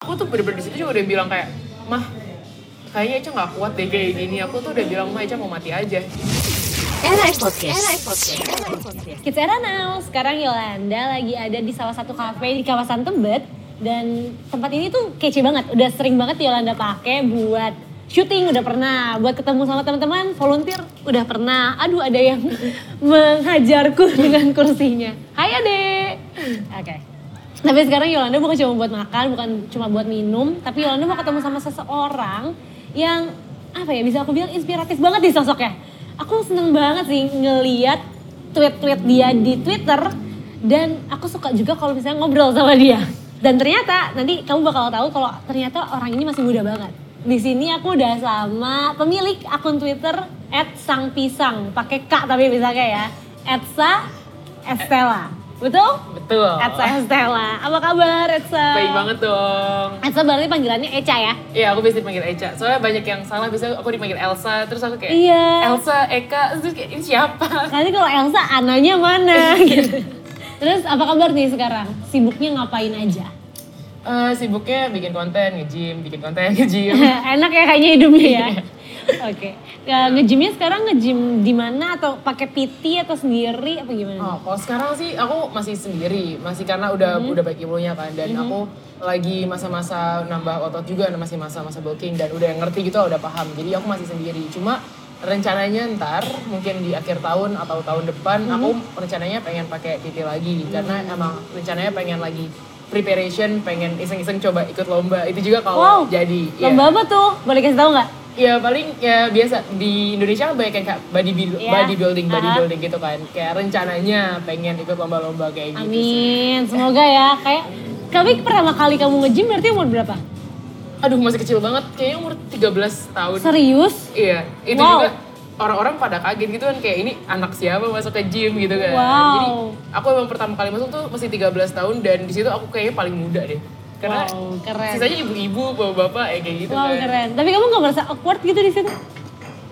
aku tuh bener-bener di situ juga udah bilang kayak mah kayaknya Eca nggak kuat deh kayak gini aku tuh udah bilang mah Eca mau mati aja Era F Podcast. Era F Podcast. Kids Era Now, sekarang Yolanda lagi ada di salah satu kafe di kawasan Tebet dan tempat ini tuh kece banget, udah sering banget Yolanda pakai buat syuting udah pernah, buat ketemu sama teman-teman volunteer udah pernah. Aduh ada yang menghajarku dengan kursinya. Hai Ade. Oke. Tapi sekarang Yolanda bukan cuma buat makan, bukan cuma buat minum, tapi Yolanda mau ketemu sama seseorang yang apa ya bisa aku bilang inspiratif banget nih sosoknya. Aku seneng banget sih ngeliat tweet-tweet dia di Twitter dan aku suka juga kalau misalnya ngobrol sama dia. Dan ternyata nanti kamu bakal tahu kalau ternyata orang ini masih muda banget. Di sini aku udah sama pemilik akun Twitter @sangpisang pakai K tapi bisa kayak ya. Etsa Estela. Betul? betul Eh, Etsa Estela. Apa kabar Etsa? baik banget dong Etsa berarti panggilannya Eca ya? Iya, aku biasa dipanggil Eca. Soalnya banyak yang salah, biasanya aku dipanggil Elsa, terus aku kayak Iya. Elsa, Eka, terus kayak ini siapa? Nanti kalau Elsa ananya mana Iya. gitu. Terus apa kabar nih sekarang? Sibuknya ngapain aja? Eh, sibuknya bikin konten, nge-gym, bikin konten, nge-gym. Enak ya kayaknya hidupnya Iya. ya. Oke. Eh, Nge-gymnya sekarang nge-gym di mana atau pakai PT atau sendiri apa gimana? Oh, kalau sekarang sih aku masih sendiri, masih karena udah Hmm. udah baik ilmunya kan dan aku lagi masa-masa nambah otot juga, masih masa-masa bulking dan udah ngerti gitu, udah paham. Jadi aku masih sendiri. Cuma rencananya ntar mungkin di akhir tahun atau tahun depan Hmm. aku rencananya pengen pakai PT lagi karena emang rencananya pengen lagi preparation, pengen iseng-iseng coba ikut lomba. Itu juga kalau Wow. jadi. iya. Lomba apa tuh? Boleh kasih tahu nggak? Ya paling ya biasa di Indonesia kan banyak yang kayak body build- Iya. bodybuilding, Aha. bodybuilding gitu kan. Kayak rencananya pengen ikut lomba-lomba kayak gitu. sih. Amin. Semoga ya. Kayak kami pertama kali kamu nge-gym berarti umur berapa? Aduh masih kecil banget, kayaknya umur 13 tahun. Serius? Iya, itu Wow. juga orang-orang pada kaget gitu kan kayak ini anak siapa masuk ke gym gitu kan. Wow. Jadi aku emang pertama kali masuk tuh masih 13 tahun dan di situ aku kayaknya paling muda deh. Karena Wow, keren. sisanya ibu-ibu, bapak-bapak ya kayak gitu Wow kan. keren. Tapi kamu nggak merasa awkward gitu di situ?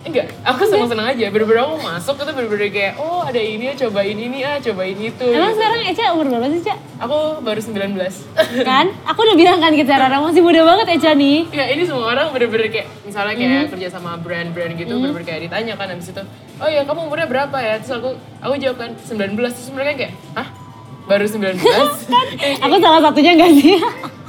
Enggak, aku seneng-seneng aja. Bener-bener aku masuk itu bener-bener kayak, oh ada ini ya, cobain ini ah, cobain itu. Emang sekarang Eca umur berapa sih, Ca? Aku baru 19 Kan? Aku udah bilang kan kita Rara masih muda banget Eca nih. Ya ini semua orang bener-bener kayak Misalnya kayak Mm-hmm. kerja sama brand-brand gitu Bener-bener kayak ditanya kan abis itu Oh iya kamu umurnya berapa ya? Terus aku, aku jawab kan 19 Terus mereka kayak, hah? Baru 19? Aku salah satunya nggak sih?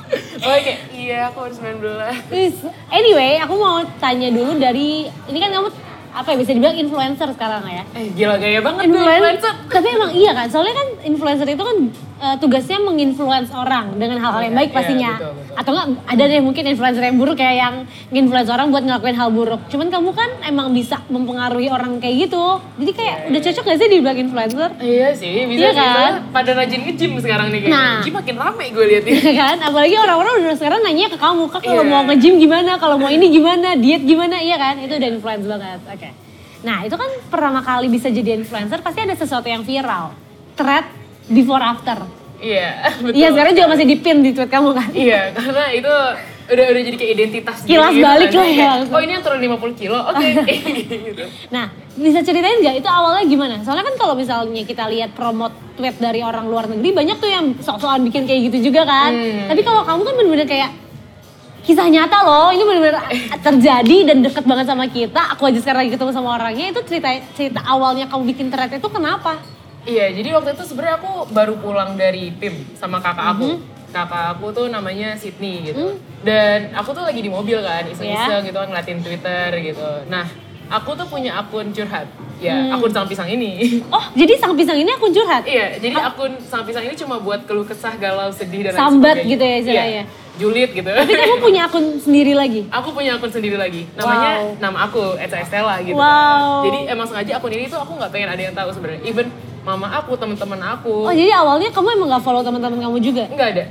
oh kayak, iya aku baru 19 Please. Anyway, aku mau tanya dulu dari ini kan kamu apa ya bisa dibilang influencer sekarang lah ya. Eh gila gaya banget tuh Influen- influencer Tapi emang iya kan, soalnya kan influencer itu kan eh, tugasnya menginfluence orang dengan hal-hal yang Iya, baik iya, pastinya. betul, betul. Atau enggak ada deh mungkin influencer yang buruk kayak yang influence orang buat ngelakuin hal buruk. Cuman kamu kan emang bisa mempengaruhi orang kayak gitu. Jadi kayak udah cocok gak sih dibilang influencer? Iya sih, bisa Iya kan? bisa. Pada rajin nge-gym sekarang nih kayaknya Nah. Gym makin rame gue liatin Ya kan apalagi orang-orang udah sekarang nanya ke kamu kak kalau Iya. mau nge-gym gimana kalau mau ini gimana diet gimana iya kan itu udah influence banget oke nah itu kan pertama kali bisa jadi influencer pasti ada sesuatu yang viral thread before after Iya, betul iya sekarang juga masih dipin di tweet kamu kan Iya, karena itu udah udah jadi kayak identitas gitu Kilas gitu balik kan. lah ya. Kayak, Oh ini yang turun 50 kilo, oke gitu. nah bisa ceritain nggak itu awalnya gimana soalnya kan kalau misalnya kita lihat promote tweet dari orang luar negeri banyak tuh yang sok-sokan bikin kayak gitu juga kan Hmm. tapi kalau kamu kan bener-bener kayak kisah nyata loh ini benar-benar terjadi dan deket banget sama kita aku aja sekarang lagi ketemu sama orangnya itu cerita cerita awalnya kamu bikin thread itu kenapa Iya, jadi waktu itu sebenarnya aku baru pulang dari PIM sama kakak aku. Mhm. Kakak aku tuh namanya Sydney gitu. Dan aku tuh lagi di mobil kan, iseng-iseng Iya. gitu kan ngeliatin Twitter gitu. Nah, aku tuh punya akun curhat. Mhm. Ya, akun sang pisang ini. oh jadi sang pisang ini aku curhat iya, jadi Ah. akun sang pisang ini cuma buat keluh kesah, galau, sedih dan lain Sambat sebagainya. gitu ya istilahnya. Iya, julid gitu. tapi kamu punya akun sendiri lagi aku punya akun sendiri lagi namanya Wow. nama aku Eca Estella gitu Wow. kan. jadi emang sengaja akun ini tuh aku nggak pengen ada yang tahu sebenarnya even mama aku teman-teman aku oh jadi awalnya kamu emang gak follow teman-teman kamu juga nggak ada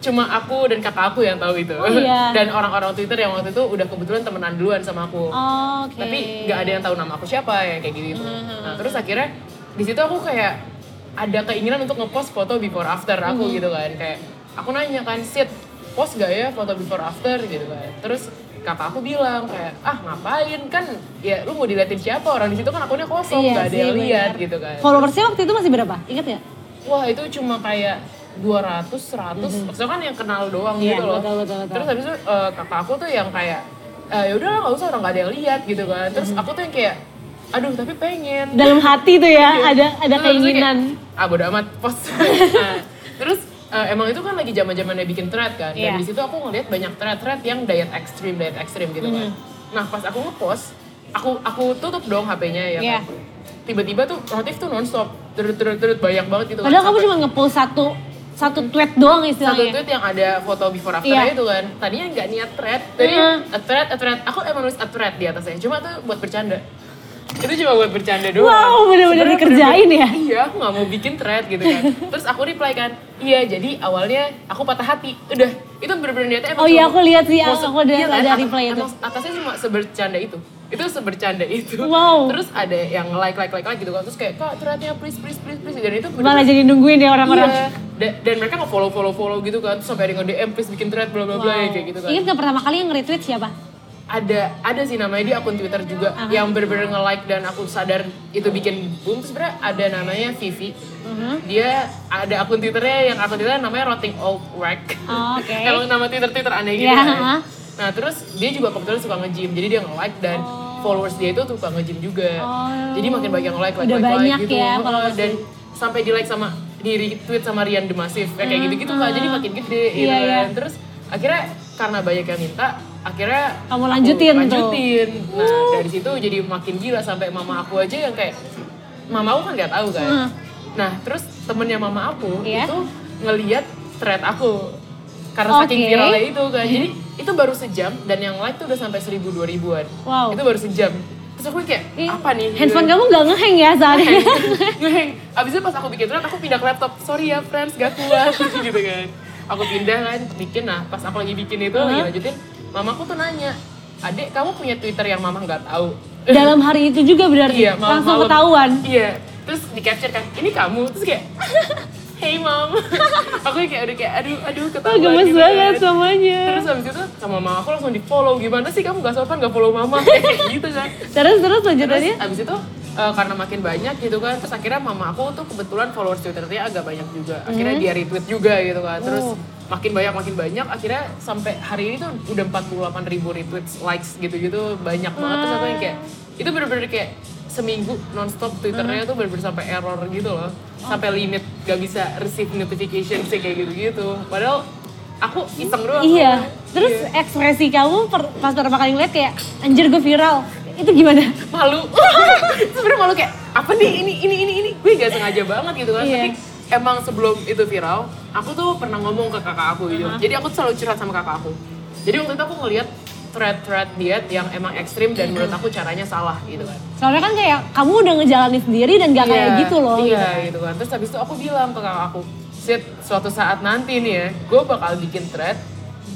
cuma aku dan kakak aku yang tahu itu Oh, iya. dan orang-orang Twitter yang waktu itu udah kebetulan temenan duluan sama aku oh, oke Hmm, tapi nggak ada yang tahu nama aku siapa ya kayak gitu nah terus akhirnya di situ aku kayak ada keinginan untuk ngepost foto before after aku Hmm. gitu kan kayak aku nanya kan sit post gak ya foto before after gitu kan terus kakak aku bilang kayak ah ngapain kan ya lu mau diliatin siapa orang di situ kan akunnya kosong Iya nggak ada sih, yang lihat benar. gitu kan followersnya waktu itu masih berapa ingat ya wah itu cuma kayak 200, 100, maksudnya kan yang kenal doang Mm-hmm. Iya, gitu loh. betul, betul, betul. Terus habis itu eh, kakak aku tuh yang kayak, eh, yaudah lah nggak usah orang nggak ada yang lihat gitu kan. Terus Mm-hmm. aku tuh yang kayak, aduh tapi pengen. Iya. Dalam hati tuh ya, ada ada Terus habis itu keinginan. Iya, kayak, ah bodo amat post Nah, terus eh, emang itu kan lagi zaman zamannya bikin thread kan dan Iya. di situ aku ngeliat banyak thread-thread yang diet ekstrim diet ekstrim gitu kan Mm-hmm. nah pas aku ngepost aku aku tutup dong HP-nya ya Iya. kan tiba-tiba tuh notif tuh nonstop terus terus terus banyak banget gitu kan. Padahal kamu Sampai- cuma nge-post satu satu tweet doang satu istilahnya. tweet yang ada foto before after Iya. itu kan tadinya nggak niat thread tadi Iya. a thread a thread aku emang nulis a thread di atasnya cuma tuh buat bercanda itu cuma buat bercanda doang Wow, bener-bener Sebenarnya dikerjain ya? iya aku nggak mau bikin thread gitu kan terus aku reply kan iya jadi awalnya aku patah hati udah itu bener-bener niatnya emang Oh iya, cuma- aku lihat sih, Maksud- aku ada- iya kan? ada Atas- reply itu. emang atasnya cuma sebercanda itu itu sebercanda itu Wow. terus ada yang like like like like gitu kan terus kayak kak threadnya please please please please dan itu bener-bener Malah jadi nungguin ya orang-orang. Iya. Dan, dan mereka nge follow follow follow gitu kan terus sampai ada nge DM please bikin thread bla bla bla kayak gitu kan Ingat nggak pertama kali yang nge-retweet siapa? ada ada sih namanya di akun Twitter juga yang bener-bener nge like dan aku sadar itu bikin boom terus sebenarnya ada namanya Vivi dia ada akun Twitternya yang akun Twitternya namanya Rotting Old Wreck Oh, Oke. Emang nama Twitter Twitter aneh gitu Iya. kan. Nah terus dia juga kebetulan suka nge-gym, jadi dia nge-like dan followers dia itu suka nge-gym juga. Oh. Jadi makin banyak nge-like, like, Udah like, like banyak gitu. ya Heeh, followers dan sampai di-like sama di retweet sama Rian Demasif kayak kayak gitu-gitu kan. Jadi makin gede gitu Ah. Iya, iya. kan. Terus akhirnya karena banyak yang minta, akhirnya Kamu aku lanjutin tuh. lanjutin. Nah dari situ jadi makin gila sampai mama aku aja yang kayak mama aku kan nggak tahu kan. Heeh. Nah terus temennya mama aku Iya. itu ngeliat thread aku karena saking Oke. viralnya itu kan jadi itu baru sejam dan yang like tuh udah sampai seribu dua ribuan Wow. itu baru sejam terus aku kayak Ih, apa nih Handphone kamu nggak ngeheng ya soalnya. Ngeheng. abis itu pas aku bikin thread aku pindah ke laptop sorry ya friends gak kuat gitu kan aku pindah kan bikin nah pas aku lagi bikin itu lagi Uh-huh. lanjutin mamaku tuh nanya adek kamu punya twitter yang mama nggak tahu Dalam hari itu juga berarti Iya, malam- malam. langsung ketahuan. Iya, terus di capture kan, ini kamu terus kayak, hey mom, aku kayak udah kayak aduh aduh Oh, ketahuan. gemes gitu kan. banget semuanya. Terus habis itu sama mama aku langsung di follow gimana sih kamu gak sopan gak follow mama kayak gitu kan. Terus terus lanjutannya? Terus abis itu eh, karena makin banyak gitu kan, terus akhirnya mama aku tuh kebetulan followers twitternya agak banyak juga. Akhirnya dia retweet juga gitu kan. Terus Hmm. Oh. makin banyak makin banyak akhirnya sampai hari ini tuh udah 48 ribu retweets likes gitu-gitu banyak banget terus aku yang kayak Hmm. itu bener-bener kayak seminggu nonstop twitternya tuh bener-bener sampai error gitu loh Oh. sampai limit gak bisa receive notification sih kayak gitu-gitu padahal aku iseng doang Iya. Terus Iya. ekspresi kamu per- pas pertama kali ngeliat kayak anjir gue viral. Itu gimana? malu sebenarnya malu kayak apa nih ini ini ini ini gue gak sengaja banget gitu kan Iya. tapi emang sebelum itu viral aku tuh pernah ngomong ke kakak aku gitu jadi aku tuh selalu curhat sama kakak aku jadi waktu itu aku ngeliat thread-thread diet yang emang ekstrim dan menurut aku caranya salah gitu kan Soalnya kan kayak kamu udah ngejalanin sendiri dan gak kayak Iya, gitu loh. iya gitu kan terus habis itu aku bilang ke kakak aku Sid, suatu saat nanti nih ya gue bakal bikin thread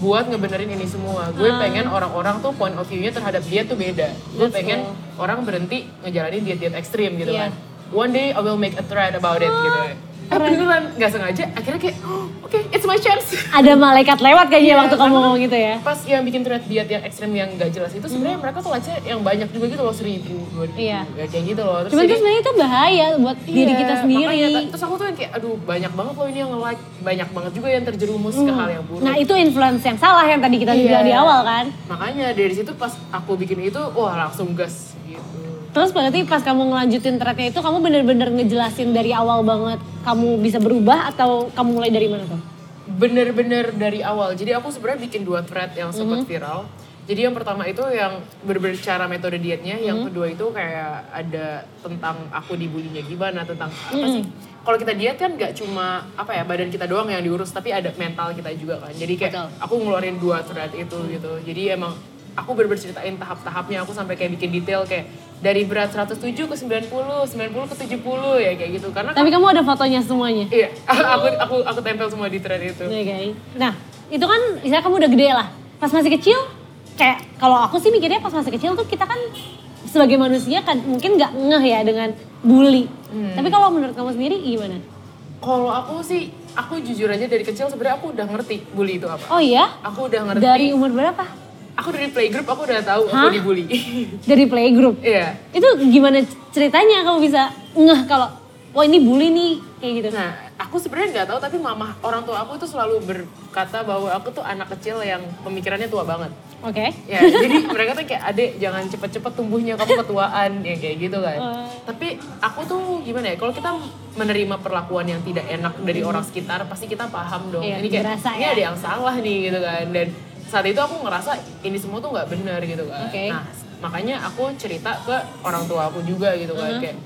buat ngebenerin ini semua gue pengen orang-orang tuh point of view-nya terhadap diet tuh beda gue Ah. Betul. pengen orang berhenti ngejalanin diet-diet ekstrim gitu kan Iya. Ah, one day I will make a thread about it gitu kan Eh, keren. beneran nggak sengaja akhirnya kayak "Oh, oke it's my chance Ada malaikat lewat Iya, kayaknya waktu kamu karena ngomong gitu ya. pas yang bikin thread diet yang ekstrim yang gak jelas itu sebenarnya mereka tuh likes yang banyak juga gitu loh seribu dua ribu Hmm. Iya. ya, kayak gitu loh terus Cuman jadi- itu sebenarnya itu bahaya buat diri Iya, kita sendiri. makanya, ta- terus aku tuh yang kayak aduh banyak banget loh ini yang nge-like banyak banget juga yang terjerumus ke hal yang buruk Nah itu influence yang salah yang tadi kita Iya. bilang di awal kan. makanya dari situ pas aku bikin itu wah langsung gas gitu Terus berarti pas kamu ngelanjutin tracknya itu kamu bener-bener ngejelasin dari awal banget kamu bisa berubah atau kamu mulai dari mana tuh? bener-bener dari awal jadi aku sebenarnya bikin dua thread yang sempat Mm-hmm. viral jadi yang pertama itu yang bener-bener cara metode dietnya yang Mm-hmm. kedua itu kayak ada tentang aku dibulinya gimana tentang apa Mm-hmm. sih kalau kita diet kan nggak cuma apa ya badan kita doang yang diurus tapi ada mental kita juga kan jadi kayak Betul. aku ngeluarin dua thread itu gitu jadi emang aku bener-bener ceritain tahap-tahapnya aku sampai kayak bikin detail kayak dari berat 107 ke 90, 90 ke 70 ya kayak gitu karena Tapi kan kamu ada fotonya semuanya. iya aku aku aku tempel semua di thread itu Oke. Nah, itu kan misalnya kamu udah gede lah. Pas masih kecil, kayak kalau aku sih mikirnya pas masih kecil tuh kita kan sebagai manusia kan mungkin nggak ngeh ya dengan bully. Tapi kalau menurut kamu sendiri gimana? Kalau aku sih, aku jujur aja dari kecil sebenarnya aku udah ngerti bully itu apa. Oh iya, Aku udah ngerti. dari umur berapa? Aku dari playgroup aku udah tahu aku Hah? dibully. Dari playgroup. Iya. Itu gimana ceritanya kamu bisa ngeh kalau wah ini bully nih kayak gitu? Nah, aku sebenarnya nggak tahu tapi mama orang tua aku itu selalu berkata bahwa aku tuh anak kecil yang pemikirannya tua banget. Oke. Ya, jadi mereka tuh kayak adek jangan cepet-cepet tumbuhnya kamu ketuaan ya kayak gitu kan. Oh. Tapi aku tuh gimana ya? Kalau kita menerima perlakuan yang tidak enak dari orang sekitar, pasti kita paham dong. Hmm. Iya, ini kayak berasa ini ya. ada yang salah nih gitu kan. Dan saat itu aku ngerasa ini semua tuh nggak benar gitu kan. Oke. Nah, makanya aku cerita ke orang tua aku juga gitu kan kayak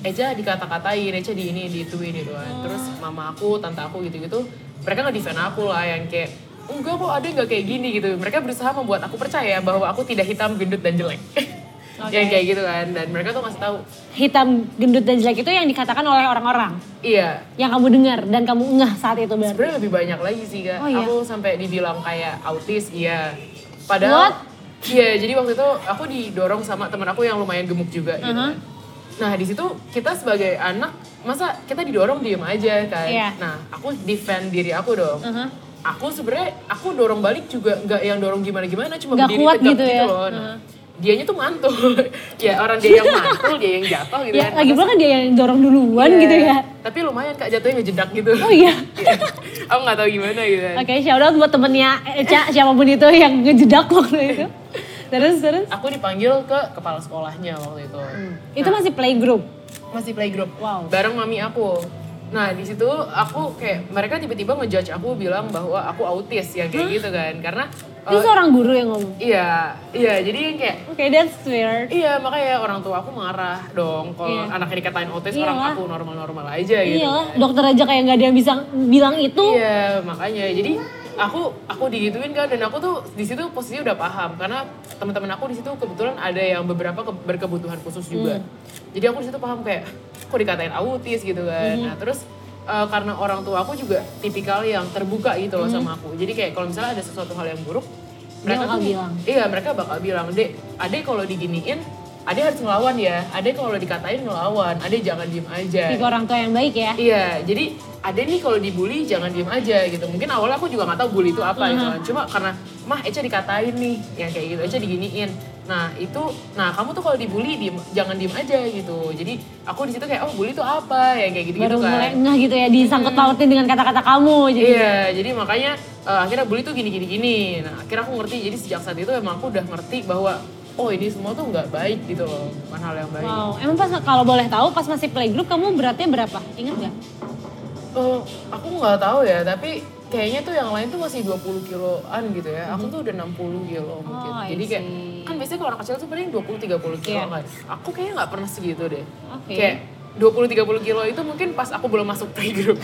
Eja dikata-katain, Eja di ini, dituin gitu kan. Terus mama aku, tante aku gitu-gitu, mereka nge-defend aku lah yang kayak enggak kok ada nggak kayak gini gitu. Mereka berusaha membuat aku percaya bahwa aku tidak hitam, gendut dan jelek. yang kayak gitu kan. Dan mereka tuh ngasih tahu, Hitam, gendut dan jelek itu yang dikatakan oleh orang-orang iya yang kamu dengar dan kamu ngeh saat itu berarti. sebenarnya lebih banyak lagi sih kak. Oh, iya. Aku sampai dibilang kayak autis, iya. Padahal, What? iya. Jadi waktu itu aku didorong sama teman aku yang lumayan gemuk juga. Gitu. Uh-huh. kan. Nah di situ kita sebagai anak masa kita didorong diem aja kan. Iya. Nah aku defend diri aku dong. Uh-huh. Aku sebenarnya aku dorong balik juga nggak yang dorong gimana gimana cuma Nggak berdiri kuat tegap gitu ya. loh. Nah, Uh-huh. Dianya tuh mantul. ya orang dia yang mantul, dia yang jatuh gitu Ya, kan. lagi pula kan dia yang dorong duluan Iya. gitu ya. Tapi lumayan kak jatuhnya ngejedak gitu. Oh iya. Iya. aku nggak tahu gimana gitu kan. Oke, shout out buat temennya Eca siapapun itu yang ngejedak waktu itu. Terus terus. Aku dipanggil ke kepala sekolahnya waktu itu. Itu masih playgroup. masih playgroup. Hmm. Wow. Bareng mami aku. Nah di situ aku kayak mereka tiba-tiba ngejudge aku bilang bahwa aku autis yang kayak gitu kan karena eh, Itu seorang guru yang ngomong. iya iya jadi yang kayak Oke, that's weird. iya makanya orang tua aku marah dong kalau Iya. anaknya dikatain autis orang Iyalah. aku normal-normal aja gitu. Iyalah, Iya, dokter aja kayak nggak ada yang bisa bilang itu. Iya, makanya. Jadi aku aku digituin kan dan aku tuh di situ posisinya udah paham karena teman-teman aku di situ kebetulan ada yang beberapa ke- berkebutuhan khusus juga. Hmm. Jadi aku di situ paham kayak kok dikatain autis gitu kan. Hmm. Nah, terus eh, karena orang tua aku juga tipikal yang terbuka gitu loh sama aku. Jadi kayak kalau misalnya ada sesuatu hal yang buruk, Hmm. Dia bakal bilang. Iya, mereka bakal bilang, "Dek, Ade kalau diginiin, Ade harus ngelawan ya. Ade kalau dikatain ngelawan. Ade jangan diem aja." Tiga orang tua yang baik ya. Iya, jadi ada nih kalau dibully jangan diem aja gitu. Mungkin awalnya aku juga nggak tahu bully itu apa gitu kan. Cuma karena mah Eca dikatain nih, yang kayak gitu, Eca diginiin. Nah itu, nah kamu tuh kalau dibully diem- jangan diem aja gitu. Jadi aku di situ kayak oh bully itu apa yang kayak gitu gitu Baru kan. mulai gitu. ngeh gitu ya, disangkut pautin dengan kata-kata kamu. Jadi Iya, jadi makanya eh, akhirnya bully tuh gini gini gini. Nah akhirnya aku ngerti. Jadi sejak saat itu emang aku udah ngerti bahwa oh ini semua tuh nggak baik gitu loh, bukan hal yang baik. Wow, emang pas kalau boleh tahu pas masih playgroup kamu beratnya berapa? Ingat nggak? Eh, aku nggak tahu ya, tapi kayaknya tuh yang lain tuh masih 20 kiloan gitu ya. Aku tuh udah 60 kilo mungkin. Oh, I Jadi kayak see. kan biasanya kalau orang kecil tuh paling 20 30 kilo Iya. kan. Aku kayaknya nggak pernah segitu deh. Oke. Kayak 20 30 kilo itu mungkin pas aku belum masuk playgroup.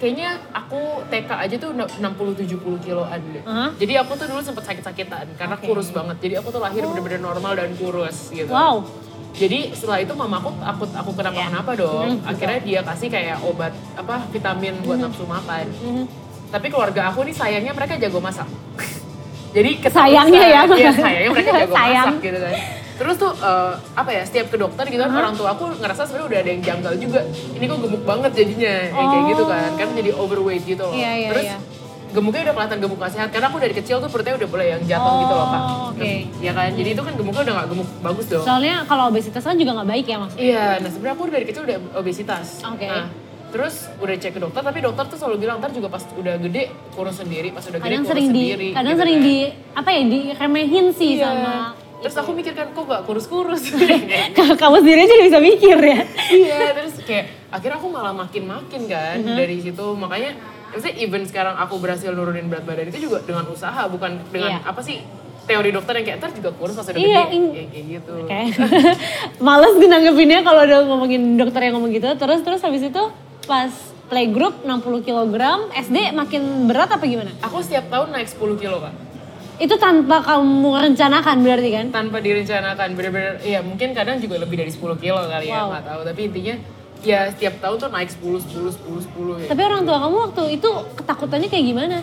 kayaknya aku TK aja tuh 60 70 kiloan deh. Hah? Jadi aku tuh dulu sempet sakit-sakitan karena kurus banget. Jadi aku tuh lahir bener-bener normal dan kurus gitu. Oh. Wow, Jadi setelah itu mamaku takut aku Iya. kenapa-kenapa dong. Hmm. Akhirnya dia kasih kayak obat apa vitamin buat nafsu makan. Mm-hmm. Tapi keluarga aku nih sayangnya mereka jago masak. Jadi keterusan. Sayangnya ya, Mas. Iya, sayangnya mereka jago Sayang. masak gitu kan. Terus tuh eh, apa ya setiap ke dokter gitu kan orang tua aku ngerasa sebenarnya udah ada yang janggal juga. Ini kok gemuk banget jadinya ya, kayak gitu kan. Kan jadi overweight gitu loh. Iya, iya, Terus iya. gemuknya udah kelihatan gemuk gak sehat karena aku dari kecil tuh perutnya udah mulai yang jatuh gitu loh, Kak. Oh, oke. Ya kan. Jadi itu kan gemuknya udah gak gemuk bagus dong. soalnya kalau obesitas kan juga nggak baik ya maksudnya. Iya, nah sebenarnya aku dari kecil udah obesitas. Oke. Nah, terus udah cek ke dokter, tapi dokter tuh selalu bilang ntar juga pas udah gede kurus sendiri, pas udah gede Kadang kurus sering di, sendiri. kadang gitu sering kan. di apa ya diremehin sih Iya. sama. Terus aku mikir kan kok gak kurus-kurus. Kalau kamu sendiri aja udah bisa mikir ya. iya, terus kayak akhirnya aku malah makin-makin kan Mm-hmm. dari situ, makanya maksudnya even sekarang aku berhasil nurunin berat badan itu juga dengan usaha, bukan dengan Iya. apa sih teori dokter yang kayak ntar juga kurus pas udah Iya, gede. in- Ya, kayak gitu. Kayak males gue nanggepinnya kalau udah ngomongin dokter yang ngomong gitu. Terus terus habis itu pas playgroup 60 kg, SD makin berat apa gimana? Aku setiap tahun naik 10 kilo, Kak. Itu tanpa kamu rencanakan berarti kan? tanpa direncanakan bener-bener ya mungkin kadang juga lebih dari 10 kilo kali ya Wow. nggak tahu tapi intinya ya setiap tahun tuh naik 10 10 10 10 ya. Tapi orang tua kamu waktu itu ketakutannya kayak gimana?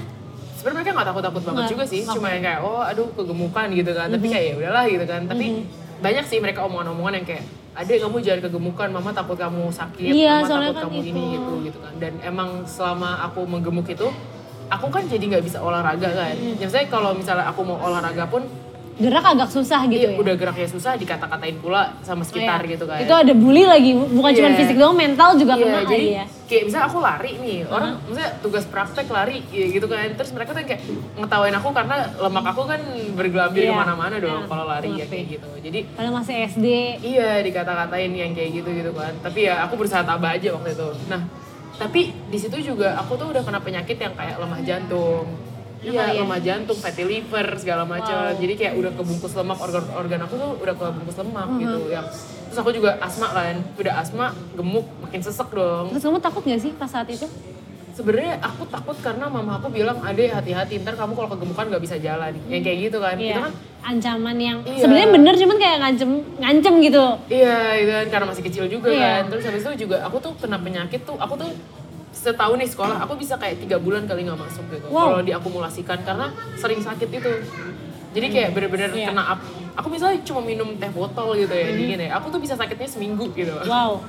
sebenarnya mereka nggak takut-takut banget Nggak, Mhm. juga sih cuma yang kayak oh aduh kegemukan gitu kan tapi kayak ya udahlah gitu kan tapi banyak sih mereka omongan-omongan yang kayak adek kamu jangan kegemukan mama takut kamu sakit Iya, mama soalnya takut kan kamu ini itu. gitu gitu kan dan emang selama aku menggemuk Mhm. Ya, itu aku kan jadi nggak bisa olahraga kan misalnya kalau misalnya aku mau olahraga pun gerak agak susah gitu Iya, ya. Iya. udah geraknya susah dikata-katain pula sama sekitar gitu kan. Itu ada bully lagi, bukan cuma Iya. fisik doang, mental juga Iya, kena jadi kali ya. kayak misalnya aku lari nih, orang misalnya tugas praktek lari ya gitu kan. Terus mereka tuh kayak ngetawain aku karena lemak aku kan bergelambir Iya. kemana mana dong Iya, kalau lari ya ngerti. kayak gitu. Jadi Padahal masih SD. iya dikata-katain yang kayak gitu gitu kan. Tapi ya aku berusaha tabah aja waktu itu. Nah, tapi di situ juga aku tuh udah kena penyakit yang kayak lemah jantung. Kenapa ya? Iya, lemah jantung, fatty liver segala macam. Jadi kayak udah kebungkus lemak organ-organ aku tuh udah kebungkus lemak gitu. Mm-hmm. Yang terus aku juga asma kan, udah asma gemuk makin sesek dong. Terus kamu takut gak sih pas saat itu? sebenarnya aku takut karena mama aku bilang ade hati-hati ntar kamu kalau kegemukan nggak bisa jalan Hmm. yang kayak gitu kan Iya. itu kan Ancaman yang Iya. sebenarnya bener cuman kayak ngancem ngancem gitu. iya itu kan karena masih kecil juga Iya. kan terus habis itu juga aku tuh kena penyakit tuh aku tuh setahun nih sekolah aku bisa kayak tiga bulan kali nggak masuk gitu Wow. kalau diakumulasikan karena sering sakit itu jadi kayak bener-bener Iya. Hmm. kena up aku misalnya cuma minum teh botol gitu ya dingin ya aku tuh bisa sakitnya seminggu gitu Wow.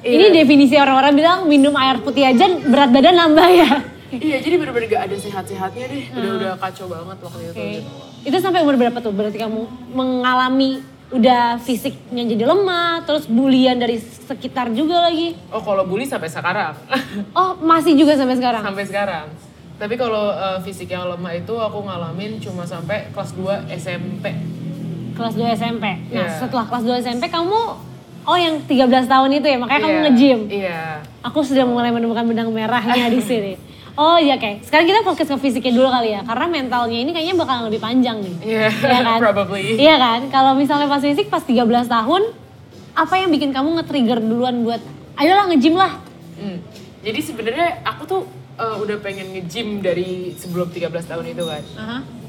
Iya. Ini definisi orang-orang bilang minum air putih aja berat badan nambah ya. iya jadi bener-bener gak ada sehat-sehatnya deh udah udah kacau banget waktu itu Hmm. Oke. gitu. Itu sampai umur berapa tuh? Berarti kamu mengalami udah fisiknya jadi lemah, terus bulian dari sekitar juga lagi. oh kalau bully sampai sekarang Oh, masih juga sampai sekarang. sampai sekarang. Tapi kalau uh, fisik yang lemah itu aku ngalamin cuma sampai kelas 2 SMP. Kelas 2 SMP. Nah, Iya. setelah kelas 2 SMP kamu oh yang 13 tahun itu ya, makanya kamu Iya, nge-gym. Iya. Aku sudah mulai menemukan benang merahnya di sini. Oh iya oke. Sekarang kita fokus ke fisiknya dulu kali ya, karena mentalnya ini kayaknya bakal lebih panjang nih. Iya, probably. Iya kan? Kalau misalnya pas fisik pas 13 tahun, apa yang bikin kamu nge-trigger duluan buat ayolah nge-gym lah. Hmm. Jadi sebenarnya aku tuh uh, udah pengen nge-gym dari sebelum 13 tahun itu kan.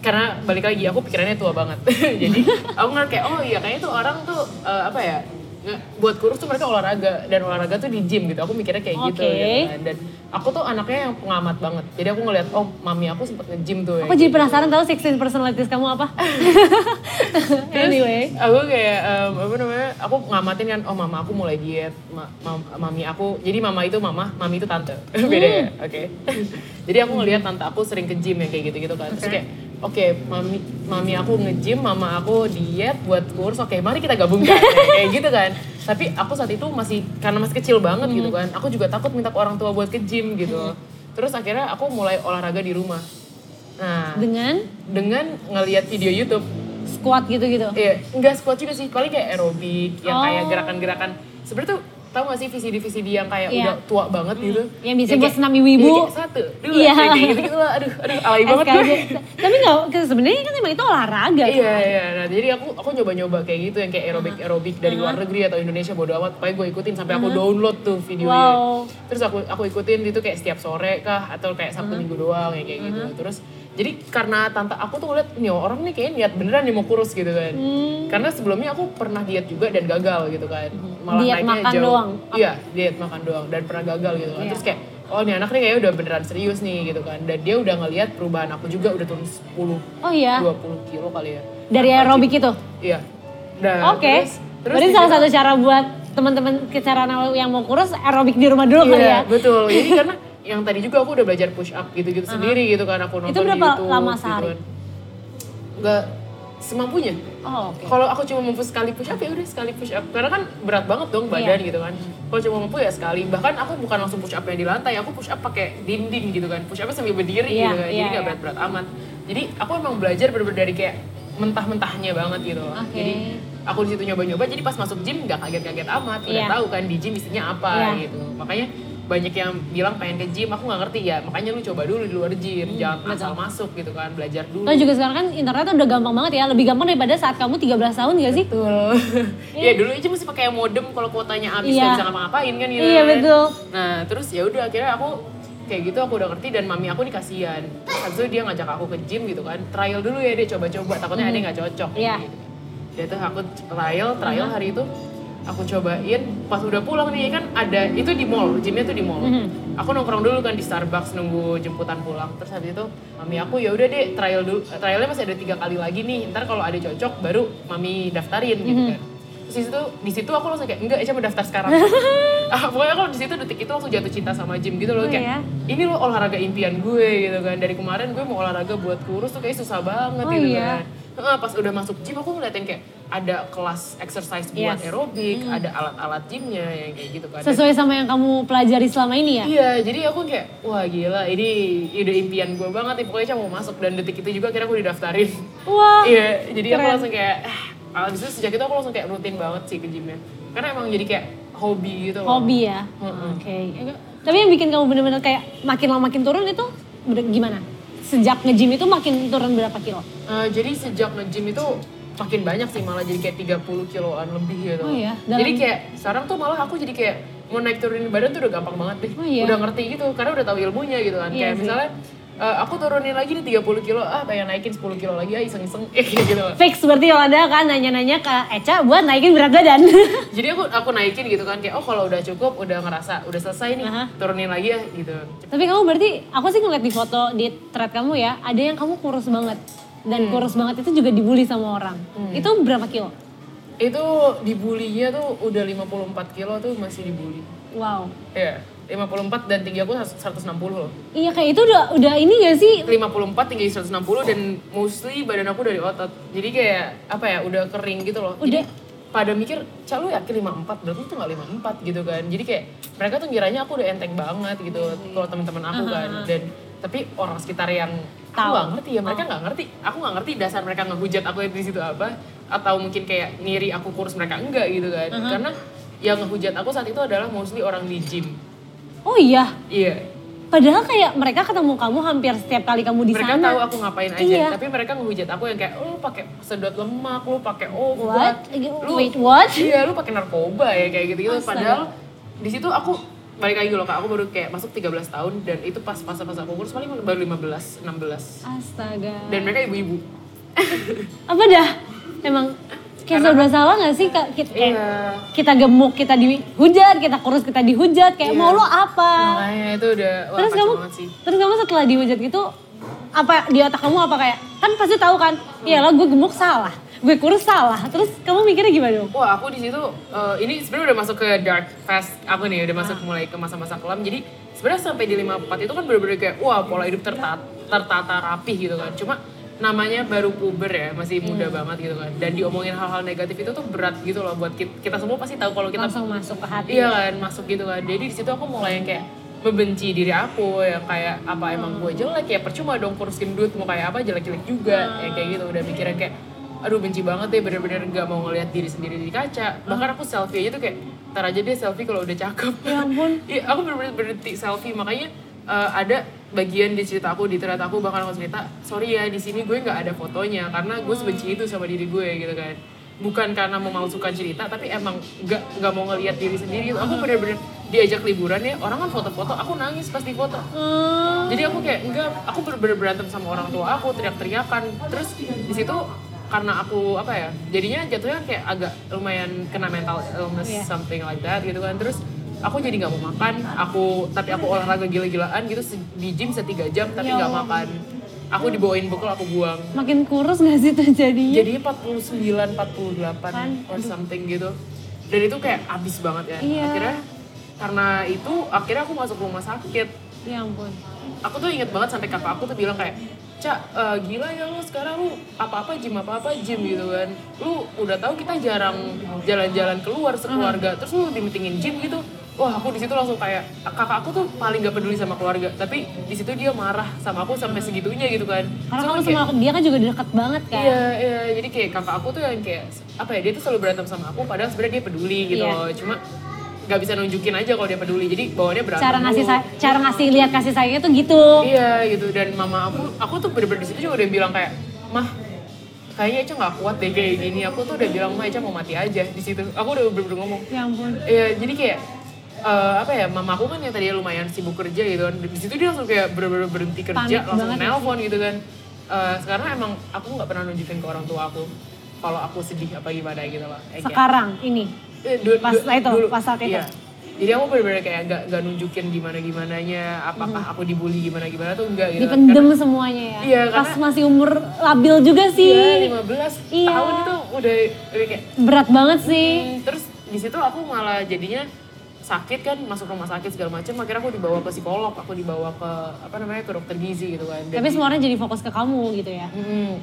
Karena balik lagi aku pikirannya tua banget. Jadi aku ngeliat kayak oh iya kayaknya tuh orang tuh uh, apa ya? nge- buat kurus tuh mereka olahraga dan olahraga tuh di gym gitu. Aku mikirnya kayak gitu Oke. gitu kan. Dan aku tuh anaknya yang pengamat banget. Jadi aku ngeliat oh mami aku sempet nge-gym tuh ya. Aku jadi penasaran tahu 16 personalities kamu apa? anyway, aku kayak em, apa namanya aku ngamatin kan oh mama aku mulai diet ma- mam- mami aku jadi mama itu mama mami itu tante beda ya oke jadi aku ngelihat tante aku sering ke gym yang kayak gitu gitu kan terus kayak oke mami mami aku nge-gym mama aku diet buat kurus oke mari kita gabungkan kayak gitu kan tapi aku saat itu masih karena masih kecil banget gitu kan aku juga takut minta ke orang tua buat ke gym gitu terus akhirnya aku mulai olahraga di rumah nah dengan dengan ngelihat video YouTube squat gitu-gitu. Iya, enggak squat juga sih, paling kayak aerobik yang kayak Oh. gerakan-gerakan. Sebenarnya tuh tau gak sih visi-visi dia yang kayak Iya. udah tua banget gitu. Yang biasa kayak- buat senam ibu-ibu. Iya, kayak satu, dua, Iya. kayak kayak gitu-gitu lah. Aduh, aduh alay Eh, iya banget gue. SKJ. Tapi nggak, sebenarnya kan emang itu olahraga. kan? Iya, iya. Nah, jadi aku aku nyoba-nyoba kayak gitu yang kayak aerobik-aerobik dari Uh-huh. luar negeri atau Indonesia bodo amat. Pokoknya gue ikutin sampai aku download tuh videonya. Wow. Terus aku aku ikutin itu kayak setiap sore kah atau kayak Sabtu Hmm. Minggu doang ya kayak gitu. Terus jadi karena tante aku tuh ngeliat nih orang nih kayaknya niat beneran nih mau kurus gitu kan. Hmm. Karena sebelumnya aku pernah diet juga dan gagal gitu kan. Malah Diet naiknya makan jauh. doang. Iya, diet makan doang dan pernah gagal gitu kan. Iya. Terus kayak oh nih anak nih kayaknya udah beneran serius nih gitu kan. Dan dia udah ngeliat perubahan aku juga udah turun 10 Oh iya, 20 kilo kali ya. dari aerobik itu. Iya. Nah, Oke. terus- terus Berarti di salah situ- satu cara buat teman-teman ke cara nawal yang mau kurus aerobik di rumah dulu kali Iya, ya. betul. Jadi karena yang tadi juga aku udah belajar push up gitu-gitu sendiri gitu kan aku nonton Itu berapa di YouTube. lama gitu sehari? kan. Nggak semampunya. Oh, oke. Kalau aku cuma mampu sekali push up ya udah sekali push up karena kan berat banget dong Iya. badan gitu kan. Hmm. Kalau cuma mampu ya sekali. Bahkan aku bukan langsung push up di lantai, aku push up pakai dinding gitu kan. Push up sambil berdiri Iya, gitu kan. iya, Jadi nggak iya. berat-berat amat. Jadi aku emang belajar bener-bener dari kayak mentah-mentahnya banget gitu. loh. Oke. Jadi aku di situ nyoba-nyoba jadi pas masuk gym nggak kaget-kaget amat udah Iya. tahu kan di gym isinya apa Iya. gitu makanya banyak yang bilang pengen ke gym aku nggak ngerti ya makanya lu coba dulu di luar gym Hmm, jangan asal masuk gitu kan belajar dulu Lo juga sekarang kan internet tuh udah gampang banget ya, lebih gampang daripada saat kamu 13 tahun gak sih? betul ya dulu aja mesti pakai modem kalau kuotanya habis Iya. nggak bisa ngapa-ngapain kan gitu Iya, betul. nah terus ya udah akhirnya aku kayak gitu aku udah ngerti dan mami aku nih kasihan Terus habis itu dia ngajak aku ke gym gitu kan trial dulu ya dia coba-coba takutnya ada yang nggak cocok Iya. gitu. dia tuh aku trial trial Mm-hmm. hari itu aku cobain pas udah pulang nih kan ada itu di mall gymnya tuh di mall Mm-hmm. aku nongkrong dulu kan di Starbucks nunggu jemputan pulang terus habis itu mami aku ya udah deh trial dulu trialnya masih ada tiga kali lagi nih ntar kalau ada cocok baru mami daftarin gitu Mm-hmm. kan terus di situ di situ aku langsung kayak enggak Eca mau daftar sekarang ah, pokoknya aku di situ detik itu langsung jatuh cinta sama gym gitu loh Oh, kayak iya? ini loh olahraga impian gue gitu kan dari kemarin gue mau olahraga buat kurus tuh kayak susah banget Oh, gitu iya? kan Heeh, pas udah masuk gym aku ngeliatin kayak ada kelas exercise buat Yes. Mm. aerobik, ada alat-alat gymnya yang kayak gitu kan. Dan- Sesuai sama yang kamu pelajari selama ini ya? Iya, jadi aku kayak wah gila ini udah impian gue banget nih pokoknya cuma mau masuk dan detik itu juga akhirnya aku didaftarin. Wah. Iya, jadi aku Oh, keren. langsung kayak ah, abis itu sejak itu aku langsung kayak rutin banget sih ke gymnya. Karena emang jadi kayak hobi gitu loh. Hobi ya? Mm-mm. Oke. Tapi yang bikin kamu bener-bener kayak makin lama makin turun itu ber- gimana? Sejak nge-gym itu makin turun berapa kilo? Eh, jadi sejak nge-gym itu makin banyak sih malah jadi kayak 30 kiloan lebih gitu. Oh iya, Jadi dalam- kayak sekarang tuh malah aku jadi kayak mau naik turunin badan tuh udah gampang banget deh. Oh iya. Udah ngerti gitu karena udah tahu ilmunya gitu kan. Iya kayak sih. misalnya eh, aku turunin lagi nih 30 kilo, ah pengen naikin 10 kilo lagi ah iseng-iseng eh kayak gitu. Fix berarti Yolanda kan nanya-nanya ke Eca buat naikin berat badan. Jadi aku aku naikin gitu kan kayak oh kalau udah cukup, udah ngerasa udah selesai nih, Aha. turunin lagi ya gitu. Tapi kamu berarti, aku sih ngeliat di foto di thread kamu ya, ada yang kamu kurus banget. Hmm. Dan kurus banget itu juga dibully sama orang. Itu berapa kilo? Itu dibulinya tuh udah 54 kilo tuh masih dibully. Wow. Iya, 54 dan tinggi aku 160 loh. Iya kayak itu udah, udah ini gak sih? 54 tinggi 160 dan mostly badan aku dari otot. Jadi kayak apa ya, udah kering gitu loh. Jadi Udah. pada mikir, "Cak lu yakin 54? Berarti itu nggak 54 gitu kan." Jadi kayak mereka tuh ngiranya aku udah enteng banget gitu kalau teman-teman aku kan. Dan tapi orang sekitar yang Tahu. aku gak ngerti ya, mereka nggak ngerti. Aku nggak ngerti dasar mereka ngehujat aku di situ apa atau mungkin kayak ngiri aku kurus mereka enggak gitu kan. Karena yang ngehujat aku saat itu adalah mostly orang di gym. Oh iya. Iya. Padahal kayak mereka ketemu kamu hampir setiap kali kamu di mereka sana. tahu aku ngapain aja Iya. tapi mereka ngehujat aku yang kayak lu pakai sedot lemak lu pakai What? obat lu Wait, what? iya lu pakai narkoba ya kayak gitu gitu Astaga. padahal di situ aku balik lagi loh kak aku baru kayak masuk 13 tahun dan itu pas pas pas aku kurus paling baru 15 16 Astaga. dan mereka ibu-ibu Apa dah? Emang kayak serba salah gak sih Kak? Kita, kayak Iya. kita gemuk, kita dihujat, kita kurus, kita dihujat. Kayak Iya. mau lo apa? makanya itu udah wah, terus kacau kamu, banget sih terus kamu setelah dihujat gitu, apa di otak kamu apa kayak? Kan pasti tahu kan? Iyalah gue gemuk salah, gue kurus salah. Terus kamu mikirnya gimana dong? Wah aku di situ eh, ini sebenarnya udah masuk ke dark fast aku nih ya, udah masuk mulai ke masa-masa kelam. Jadi sebenarnya sampai di 54 itu kan bener-bener kayak wah pola hidup tertata, tertata rapih gitu kan. Cuma namanya baru puber ya masih muda banget gitu kan. Dan diomongin hal-hal negatif itu tuh berat gitu loh buat kita, kita semua pasti tahu kalau kita Langsung masuk ke hati. Iya kan, masuk gitu kan. Jadi di situ aku mulai yang kayak membenci diri aku yang kayak apa emang gue jelek ya percuma dong kurus gendut mau kayak apa jelek-jelek juga ya kayak gitu udah mikirnya kayak aduh benci banget deh bener-bener nggak mau ngelihat diri sendiri di kaca bahkan aku selfie aja tuh kayak ntar aja deh selfie kalau udah cakep Ya ampun. Iya, aku bener-bener berhenti selfie makanya eh, ada bagian di cerita aku di thread aku bakal aku cerita sorry ya di sini gue nggak ada fotonya karena gue sebenci itu sama diri gue gitu kan bukan karena memalsukan cerita tapi emang nggak nggak mau ngelihat diri sendiri aku bener-bener diajak liburan ya orang kan foto-foto aku nangis pas di foto Hmm, jadi aku kayak enggak aku bener-bener berantem sama orang tua aku teriak-teriakan terus di situ karena aku apa ya jadinya jatuhnya kayak agak lumayan kena mental illness Iya. something like that gitu kan terus aku jadi nggak mau makan aku tapi aku olahraga gila-gilaan gitu se- di gym setiga jam tapi Ya nggak Allah. makan aku dibawain bekal aku buang makin kurus gak sih tuh jadinya? jadi 49 Kan. 48 or something gitu dan itu kayak abis banget ya Iya. akhirnya karena itu akhirnya aku masuk rumah sakit ya ampun. aku tuh inget banget sampai kakak aku tuh bilang kayak cak eh, gila ya lu sekarang lu apa apa gym apa apa gym gitu kan lu udah tahu kita jarang jalan-jalan keluar Hmm. sekeluarga terus lu dimentingin gym gitu wah aku di situ langsung kayak kakak aku tuh paling gak peduli sama keluarga tapi di situ dia marah sama aku sampai segitunya gitu kan Karena So, kamu kayak- sama aku, dia kan juga deket banget kan? Iya, iya. Jadi kayak kakak aku tuh yang kayak apa ya? Dia tuh selalu berantem sama aku padahal sebenarnya dia peduli gitu. Iya. loh. Cuma nggak bisa nunjukin aja kalau dia peduli. Jadi bawaannya berantem. Cara ngasih dulu. sa- cara ngasih lihat kasih sayangnya tuh gitu. Iya gitu dan mama aku aku tuh bener-bener di situ juga udah bilang kayak mah kayaknya Eca nggak kuat deh kayak gini aku tuh udah bilang mah Eca mau mati aja di situ aku udah bener-bener ngomong Ya ampun. Iya, jadi kayak eh, apa ya, mama aku kan yang tadi lumayan sibuk kerja gitu kan. Di situ dia langsung kayak bener-bener berhenti kerja, Panik langsung banget ya nelpon gitu kan. Eh, sekarang emang aku nggak pernah nunjukin ke orang tua aku kalau aku sedih apa gimana gitu lah. Eh, kayak- Sekarang ini. Eh, du- Pas du- itu, pas saat itu. Iya. Jadi aku bener-bener kayak gak, nggak nunjukin gimana-gimananya, apakah aku dibully gimana-gimana tuh enggak gitu. kan. Hmm. Dipendem semuanya ya. Iya, Pas karena- masih umur labil juga sih. Iya, 15 Iya. tahun itu udah, udah kayak Berat banget sih. terus di situ aku malah jadinya sakit kan masuk rumah sakit segala macam akhirnya aku dibawa ke psikolog aku dibawa ke apa namanya ke dokter gizi gitu kan Dan Tapi di- semua orang jadi fokus ke kamu gitu ya. Mm-mm.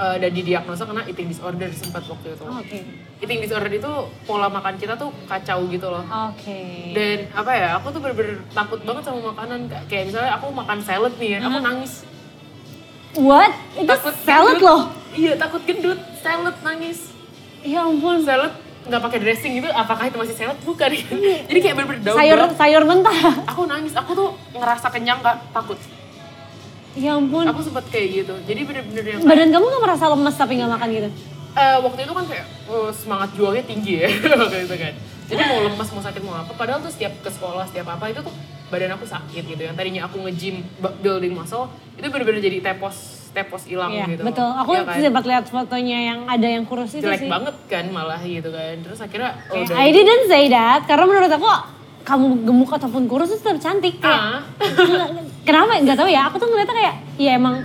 eh, udah didiagnosa kena eating disorder sempat waktu itu. Oke. Eating disorder itu pola makan kita tuh kacau gitu loh. Oke. Dan apa ya, aku tuh bener-bener takut banget sama makanan. Kak. Kayak misalnya aku makan salad nih ya, aku nangis. What? Hmm. Itu salad gendut. loh. Iya, takut gendut. Salad nangis. Ya ampun. Salad nggak pakai dressing gitu, apakah itu masih salad? Bukan. kan? Jadi kayak bener-bener daun Iya. Sayur doang. sayur mentah. Aku nangis, aku tuh ngerasa kenyang gak takut. Ya ampun. Aku sempet kayak gitu. Jadi bener-bener yang Badan kamu nggak merasa lemes tapi nggak makan gitu? Eh, waktu itu kan kayak eh, semangat jualnya tinggi ya waktu itu kan jadi mau lemas mau sakit mau apa padahal tuh setiap ke sekolah setiap apa itu tuh badan aku sakit gitu yang tadinya aku nge-gym bu- building muscle itu bener-bener jadi tepos tepos hilang Iya, gitu betul. Aku Iya kan? sempat lihat fotonya yang ada yang kurus itu jelek sih. banget kan malah gitu kan terus akhirnya oh, Kayak, udah I didn't say that karena menurut aku kamu gemuk ataupun kurus itu tetap cantik kayak. ah Kenapa? Gak tau ya. Aku tuh ngeliatnya kayak ya emang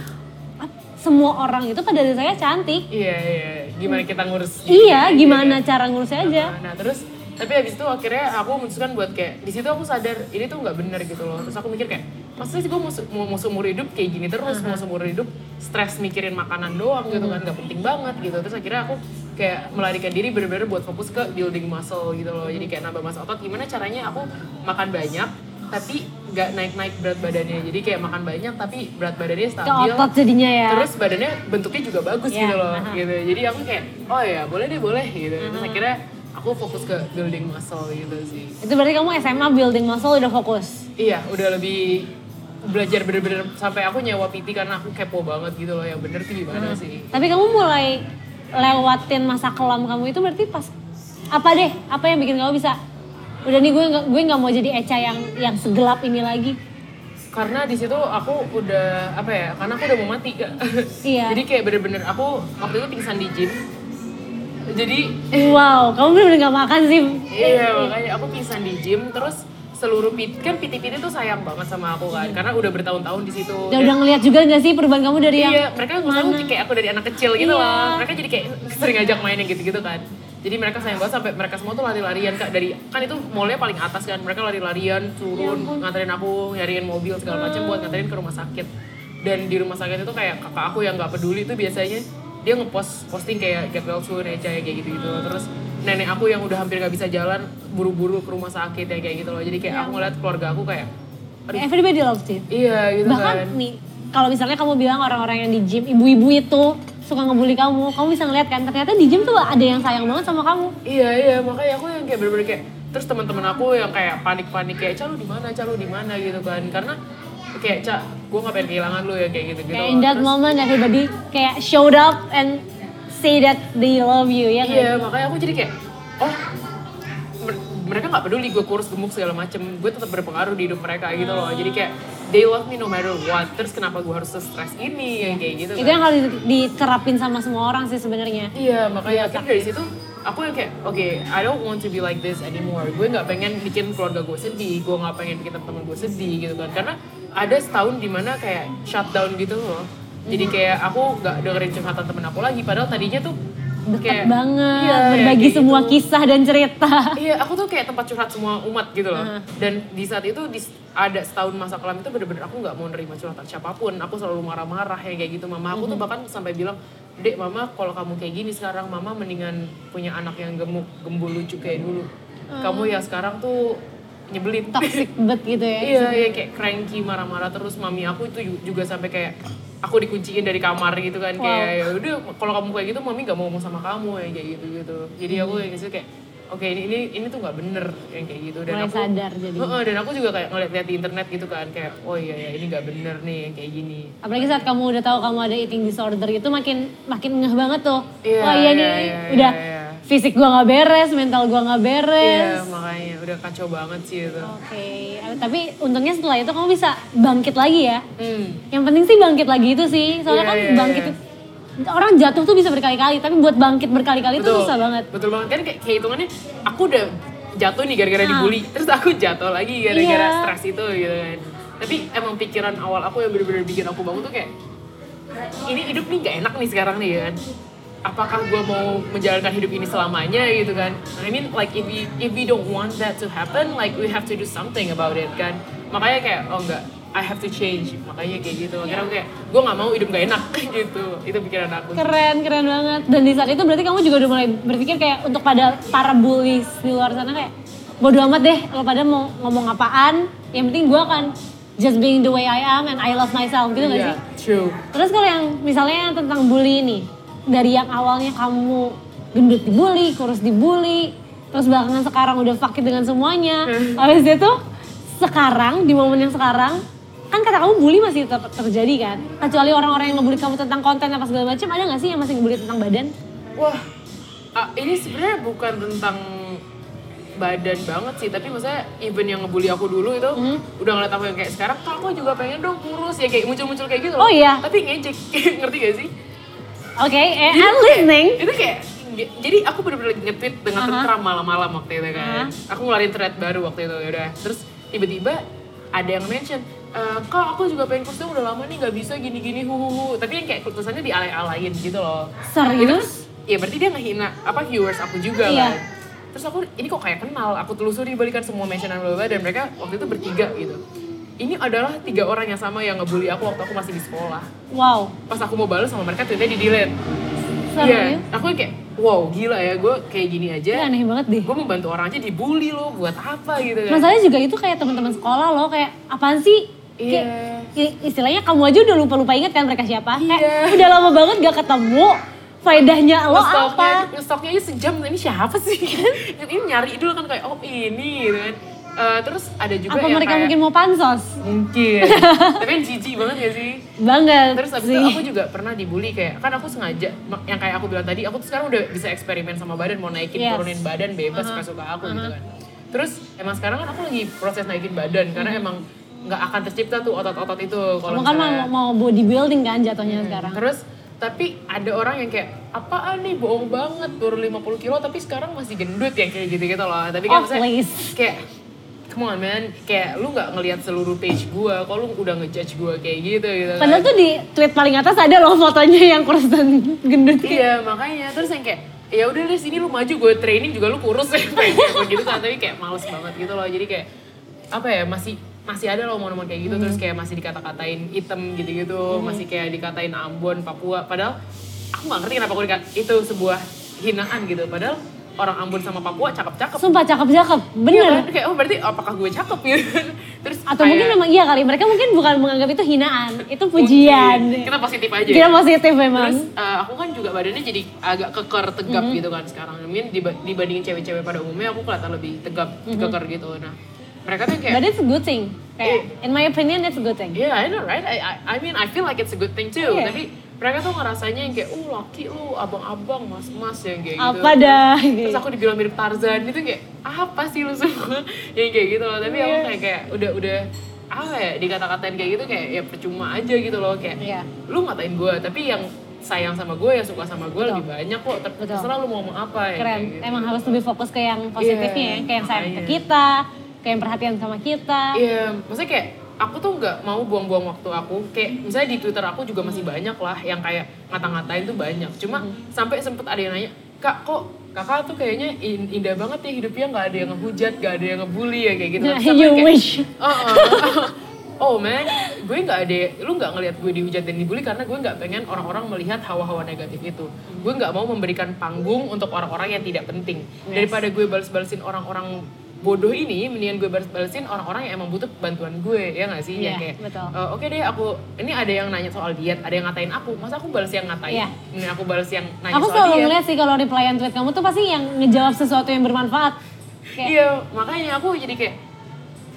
ap- semua orang itu pada dasarnya cantik. iya iya gimana kita ngurus Iya, gitu, gimana iya. cara ngurusnya aja. Nah, terus tapi habis itu akhirnya aku memutuskan buat kayak di situ aku sadar ini tuh nggak bener gitu loh. Terus aku mikir kayak maksudnya sih gue mau, se- mau, mau seumur hidup kayak gini terus mau seumur hidup stres mikirin makanan doang gitu Mhm. kan nggak penting banget gitu. Terus akhirnya aku kayak melarikan diri bener-bener buat fokus ke building muscle gitu loh. Jadi kayak Mhm. nambah massa otot gimana caranya aku makan banyak tapi nggak naik-naik berat badannya. Jadi kayak makan banyak tapi berat badannya Ke stabil otot jadinya ya. Iya, terus badannya bentuknya juga bagus Iya, gitu loh aha. gitu jadi aku kayak oh ya boleh deh boleh gitu terus akhirnya aku fokus ke building muscle gitu sih Itu berarti kamu SMA building muscle udah fokus. iya udah lebih belajar bener-bener sampai aku nyewa PT karena aku kepo banget gitu loh yang bener tuh gimana sih Tapi kamu mulai lewatin masa kelam kamu itu berarti pas apa deh? Apa yang bikin kamu bisa udah nih gue nggak gue nggak mau jadi Eca yang yang segelap ini lagi. karena di situ aku udah apa ya karena aku udah mau mati kak Iya. jadi kayak bener-bener aku waktu itu pingsan di gym jadi Wow, kamu bener-bener gak makan sih. Iya makanya aku pingsan di gym terus seluruh pit kan PT-PT tuh sayang banget sama aku kan karena udah bertahun-tahun di situ. Iya. Udah udah ngeliat juga gak sih perubahan kamu dari yang Iya, mereka ngomong kayak aku dari anak kecil gitu Iya. loh. Mereka jadi kayak sering ngajak main yang gitu-gitu kan. Jadi mereka sayang banget sampai mereka semua tuh lari-larian kak dari kan itu mallnya paling atas kan. Mereka lari-larian turun nganterin aku nyariin mobil segala macam buat nganterin ke rumah sakit. Dan di rumah sakit itu kayak kakak aku yang nggak peduli itu biasanya dia ngepost posting kayak get well soon Eca, ya kayak gitu-gitu. Terus nenek aku yang udah hampir nggak bisa jalan buru-buru ke rumah sakit ya kayak gitu loh. Jadi kayak aku ngeliat keluarga aku kayak everybody loves it. iya gitu kan. Bahkan nih, kalau misalnya kamu bilang orang-orang yang di gym, ibu-ibu itu suka ngebully kamu, kamu bisa ngeliat kan, ternyata di gym tuh ada yang sayang banget sama kamu. Iya iya makanya aku yang kayak bener-bener kayak terus teman-teman aku yang kayak panik-panik kayak cah lu di mana cah lu di mana gitu kan karena kayak cah gue gak pengen kehilangan lu ya kayak gitu gitu Kayak in that moment everybody kayak showed up and say that they love you, ya kan? iya makanya aku jadi kayak oh mer- mereka nggak peduli gue kurus gemuk segala macem gue tetap berpengaruh di hidup mereka gitu loh jadi kayak they love me no matter what terus kenapa gue harus stres ini yang kayak gitu Itu yang harus diterapin sama semua orang sih sebenarnya. Iya, makanya akhirnya dari situ aku yang kayak, oke, I don't want to be like this anymore. Gue nggak pengen bikin keluarga gue sedih, gue nggak pengen bikin teman gue sedih gitu kan. Karena ada setahun dimana kayak shutdown gitu loh. Jadi Mm-hmm. kayak aku nggak dengerin curhatan temen aku lagi, padahal tadinya tuh Deket banget, Iya, ya, berbagi kayak semua gitu. kisah dan cerita. Iya, aku tuh kayak tempat curhat semua umat gitu loh. Dan di saat itu di, ada setahun masa kelam itu bener-bener aku nggak mau nerima curhatan siapapun. Aku selalu marah-marah ya kayak gitu. Mama aku tuh bahkan sampai bilang, dek mama kalau kamu kayak gini sekarang mama mendingan punya anak yang gemuk gembul lucu kayak dulu. Kamu ya sekarang tuh nyebelin. toxic banget gitu ya. Iya, iya kayak cranky marah-marah terus mami aku itu ju- juga sampai kayak aku dikunciin dari kamar gitu kan kayak ya udah kalau kamu kayak gitu mami nggak mau ngomong sama kamu ya kayak gitu gitu. Jadi aku Hmm. yang disitu kayak oke ini ini ini tuh nggak bener yang kayak gitu dan Mulai aku sadar jadi. Heeh, dan aku juga kayak ngeliat-liat di internet gitu kan kayak oh iya ya ini nggak bener nih yang kayak gini. Apalagi saat kamu udah tahu kamu ada eating disorder gitu makin makin ngeh banget tuh. Iya, Wah iya iya, nih iya, udah iya, iya. fisik gua nggak beres, mental gua nggak beres. Iya makanya udah kacau banget sih itu. Oke, eh, tapi untungnya setelah itu kamu bisa bangkit lagi ya. Hmm. Yang penting sih bangkit lagi itu sih. Iya, Soalnya kan iya, bangkit iya. itu- orang jatuh tuh bisa berkali-kali, tapi buat bangkit berkali-kali itu susah banget. Betul banget kan kayak, kayak hitungannya aku udah jatuh nih gara-gara dibully, terus aku jatuh lagi gara-gara Iya. stres itu gitu kan. Tapi emang pikiran awal aku yang bener-bener bikin aku bangun tuh kayak ini hidup nih gak enak nih sekarang nih ya kan. Apakah gue mau menjalankan hidup ini selamanya gitu kan? I mean like if we if we don't want that to happen, like we have to do something about it kan. Makanya kayak oh enggak, I have to change makanya kayak gitu akhirnya aku kayak gue nggak mau hidup gak enak gitu itu pikiran aku Keren, keren banget. Dan di saat itu berarti kamu juga udah mulai berpikir kayak untuk pada para bullies di luar sana kayak bodo amat deh lo pada mau ngomong apaan, yang penting gue akan just being the way I am and I love myself gitu gak Iya, sih? true Terus kalau yang misalnya tentang bully ini, dari yang awalnya kamu gendut dibully, kurus dibully, terus belakangan sekarang udah fakir dengan semuanya. Habis itu sekarang di momen yang sekarang kan kata kamu bully masih tetap terjadi kan? Kecuali orang-orang yang ngebully kamu tentang konten apa segala macam, ada nggak sih yang masih ngebully tentang badan? Wah, ah, ini sebenarnya bukan tentang badan banget sih, tapi maksudnya even yang ngebully aku dulu itu Hmm. udah ngeliat aku yang kayak sekarang, kak aku juga pengen dong kurus ya kayak muncul-muncul kayak gitu loh. Oh iya. Tapi ngejek, ngerti gak sih? Oke, eh, I'm listening. Itu kayak nge- jadi aku bener-bener lagi nge-tweet dengan Aha. tentram malam-malam waktu itu kan. Uh-huh. Aku ngeluarin thread baru waktu itu ya udah. Terus tiba-tiba ada yang mention "Eh, kak aku juga pengen kurus dong udah lama nih nggak bisa gini-gini huhuhu tapi yang kayak tulisannya dialay-alayin gitu loh Serius? ya berarti dia ngehina apa viewers aku juga kan Iya. terus aku ini kok kayak kenal aku telusuri balikan semua mentionan bla bla bla, dan mereka waktu itu bertiga gitu ini adalah tiga orang yang sama yang ngebully aku waktu aku masih di sekolah Wow, pas aku mau balas sama mereka tweetnya di delete Iya. serius? Iya, aku kayak wow gila ya gue kayak gini Ini aja aneh banget deh. gue mau bantu orang aja dibully loh buat apa gitu kan Masalahnya juga itu kayak teman-teman sekolah loh kayak apaan sih? Kayak, Iya. i- istilahnya kamu aja udah lupa-lupa inget kan mereka siapa? Iya. Kayak udah lama banget gak ketemu. Faedahnya lo Nge-stalknya- apa? nge-stalknya aja sejam ini siapa sih ini nyari dulu kan kayak oh ini gitu kan Eh, terus ada juga Apa yang mereka kayak- mungkin mau pansos? mungkin tapi kan jijik banget gak sih Banget terus abis sih. itu aku juga pernah dibully kayak kan aku sengaja mak- yang kayak aku bilang tadi aku tuh sekarang udah bisa eksperimen sama badan mau naikin Yes. Uh-huh. turunin badan bebas suka suka aku gitu kan terus emang sekarang kan aku lagi proses naikin badan karena emang nggak akan tercipta tuh otot-otot itu kalau Kamu Uh-huh. kan mau, misalnya- mau bodybuilding kan jatuhnya Hmm. sekarang. terus tapi ada orang yang kayak apaan nih bohong banget turun 50 kilo tapi sekarang masih gendut yang kayak gitu-gitu loh tapi kan Oh, please. kayak come on man kayak lu nggak ngelihat seluruh page gua kok lu udah ngejudge gua kayak gitu gitu kan. Padahal tuh di tweet paling atas ada loh fotonya yang kurus dan gendut. Iya makanya terus yang kayak ya udah deh sini lu maju gue training juga lu kurus ya gitu kan tapi kayak males banget gitu loh jadi kayak apa ya masih masih ada loh momen-momen kayak Hmm. gitu terus kayak masih dikata-katain item gitu-gitu masih kayak dikatain Ambon Papua padahal aku nggak ngerti kenapa aku dikata itu sebuah hinaan gitu padahal orang Ambon sama Papua cakep-cakep Sumpah cakep-cakep, Iya bener. kan? kayak oh berarti apakah gue cakep gitu terus Atau kayak- mungkin memang iya kali, mereka mungkin bukan menganggap itu hinaan, itu pujian. kita positif aja ya. Kita positif memang. Terus eh, aku kan juga badannya jadi agak keker tegap Mm-hmm. gitu kan sekarang. I mean, diba- dibandingin cewek-cewek pada umumnya aku kelihatan lebih tegap, Mm-hmm. keker gitu. Nah, mereka tuh kayak Iya. Gitu. But it's a good thing. Kayak, in my opinion, it's a good thing. Yeah, I know right. I, I I mean I feel like it's a good thing too. Iya. Tapi mereka tuh ngerasanya yang kayak, "Uh, laki lu, abang-abang, mas-mas yang kayak gitu." Apa dah? Terus aku dibilang mirip Tarzan itu kayak, "Apa sih lu semua?" yang kayak gitu loh. Tapi Iya. aku kayak kayak udah udah apa ya dikata-katain kayak gitu kayak ya percuma aja gitu loh kayak Iya. lu ngatain gue tapi yang sayang sama gue yang suka sama gue lebih banyak kok Ter- Betul. terserah lu mau ngomong apa ya Keren. kayak gitu. Emang harus lebih fokus ke yang positifnya ya, Iya, ke yang sayang ke makanya. kita, ke yang perhatian sama kita. Iya, maksudnya kayak aku tuh nggak mau buang-buang waktu aku. Kayak misalnya di Twitter aku juga masih banyak lah yang kayak ngata-ngatain tuh banyak. Cuma sampai sempet ada yang nanya, "Kak, kok kakak tuh kayaknya in- indah banget ya hidupnya nggak ada yang ngehujat, nggak ada yang ngebully ya kayak gitu." Terus aku Nah, you kayak, wish. "Oh, oh, Oh man, gue nggak ada, lu nggak ngelihat gue dihujat dan dibully karena gue nggak pengen orang-orang melihat hawa-hawa negatif itu. Gue nggak mau memberikan panggung untuk orang-orang yang tidak penting. Daripada gue balas-balasin orang-orang bodoh ini, mendingan gue balas-balasin orang-orang yang emang butuh bantuan gue, ya nggak sih? ya Iya, kayak, betul. "Eh, oke deh, aku ini ada yang nanya soal diet, ada yang ngatain aku, masa aku balas yang ngatain? Iya. Mendingan aku balas yang nanya Aku soal selalu diet. ngeliat sih kalau replyan tweet kamu tuh pasti yang ngejawab sesuatu yang bermanfaat. Kayak, Iya, makanya aku jadi kayak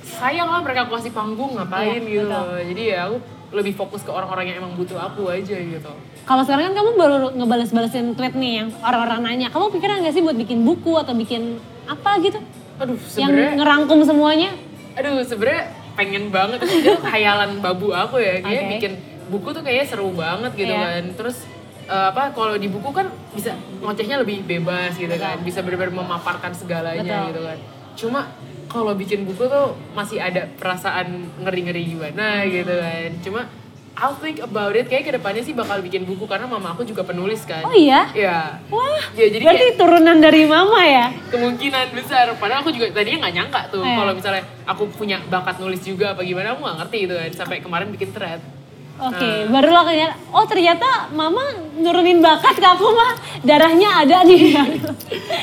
sayang lah mereka aku kasih panggung ngapain Iya, gitu. betul. loh. Jadi ya aku lebih fokus ke orang-orang yang emang butuh aku aja gitu. kalau sekarang kan kamu baru ngebales-balesin tweet nih yang orang-orang nanya, kamu pikiran gak sih buat bikin buku atau bikin apa gitu? Aduh, Yang sebenarnya ngerangkum semuanya? aduh sebenarnya pengen banget itu khayalan babu aku ya. Kayaknya Oke. bikin buku tuh kayaknya seru banget gitu Iya. kan. Terus eh, apa kalau di buku kan bisa ngocehnya lebih bebas gitu kan. Bisa benar-benar memaparkan segalanya Betul. gitu kan. Cuma Hmm. kalau bikin buku tuh masih ada perasaan ngeri-ngeri gimana gitu kan. Cuma I'll think about it. Kayaknya kedepannya sih bakal bikin buku karena mama aku juga penulis kan. Oh iya? Iya. Wah, Ya, jadi berarti turunan dari mama ya? Kemungkinan besar. Padahal aku juga tadinya nggak nyangka tuh Iya. kalau misalnya aku punya bakat nulis juga apa gimana aku nggak ngerti itu kan. Sampai kemarin bikin thread. Oke, baru lah kayak, oh ternyata mama nurunin bakat ke aku mah, darahnya ada nih.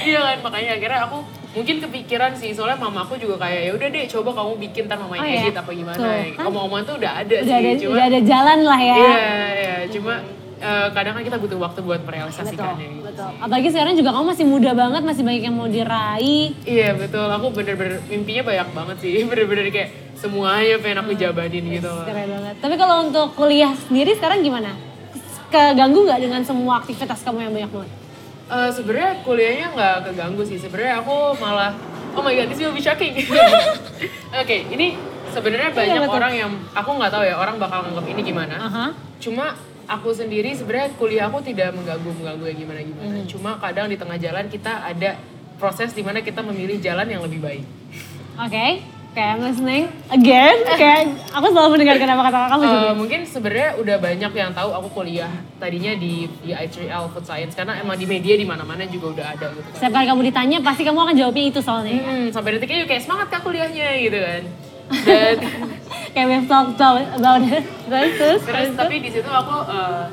iya kan makanya akhirnya aku mungkin kepikiran sih soalnya mama aku juga kayak ya udah deh coba kamu bikin ntar mama yang Oh, iya. edit apa gimana. Tuh, kan. Omong-omongan tuh udah ada udah, ada, sih. Iya, Cuma, udah ada jalan lah ya. Iya, iya. Cuma eh, kadang kan kita butuh waktu buat merealisasikannya. gitu. Betul. Apalagi sekarang juga kamu masih muda banget, masih banyak yang mau diraih. Iya betul, aku bener-bener mimpinya banyak banget sih Bener-bener kayak semuanya pengen Hmm. aku jabanin gitu Keren banget. Tapi kalau untuk kuliah sendiri sekarang gimana? Keganggu nggak dengan semua aktivitas kamu yang banyak banget? Eh Sebenernya kuliahnya nggak keganggu sih Sebenernya aku malah, oh my god this will be shocking Oke, ini sebenarnya banyak betul. orang yang Aku nggak tahu ya orang bakal nganggap ini gimana Aha. Cuma aku sendiri sebenarnya kuliah aku tidak mengganggu-mengganggu yang gimana-gimana Cuma kadang di tengah jalan kita ada proses dimana kita memilih jalan yang lebih baik Oke. Kayak Mas Neng, again, kayak aku selalu mendengarkan apa kata kamu juga. Eh, mungkin sebenarnya udah banyak yang tahu aku kuliah tadinya di di I3L Food Science karena emang di media di mana-mana juga udah ada gitu kan. Setiap kali kamu ditanya, pasti kamu akan jawabnya itu soalnya. Hmm, sampai detik ini kayak semangat kak kuliahnya gitu kan. Dan kayak we've talked about it. Terus, terus, terus tapi di situ aku eh,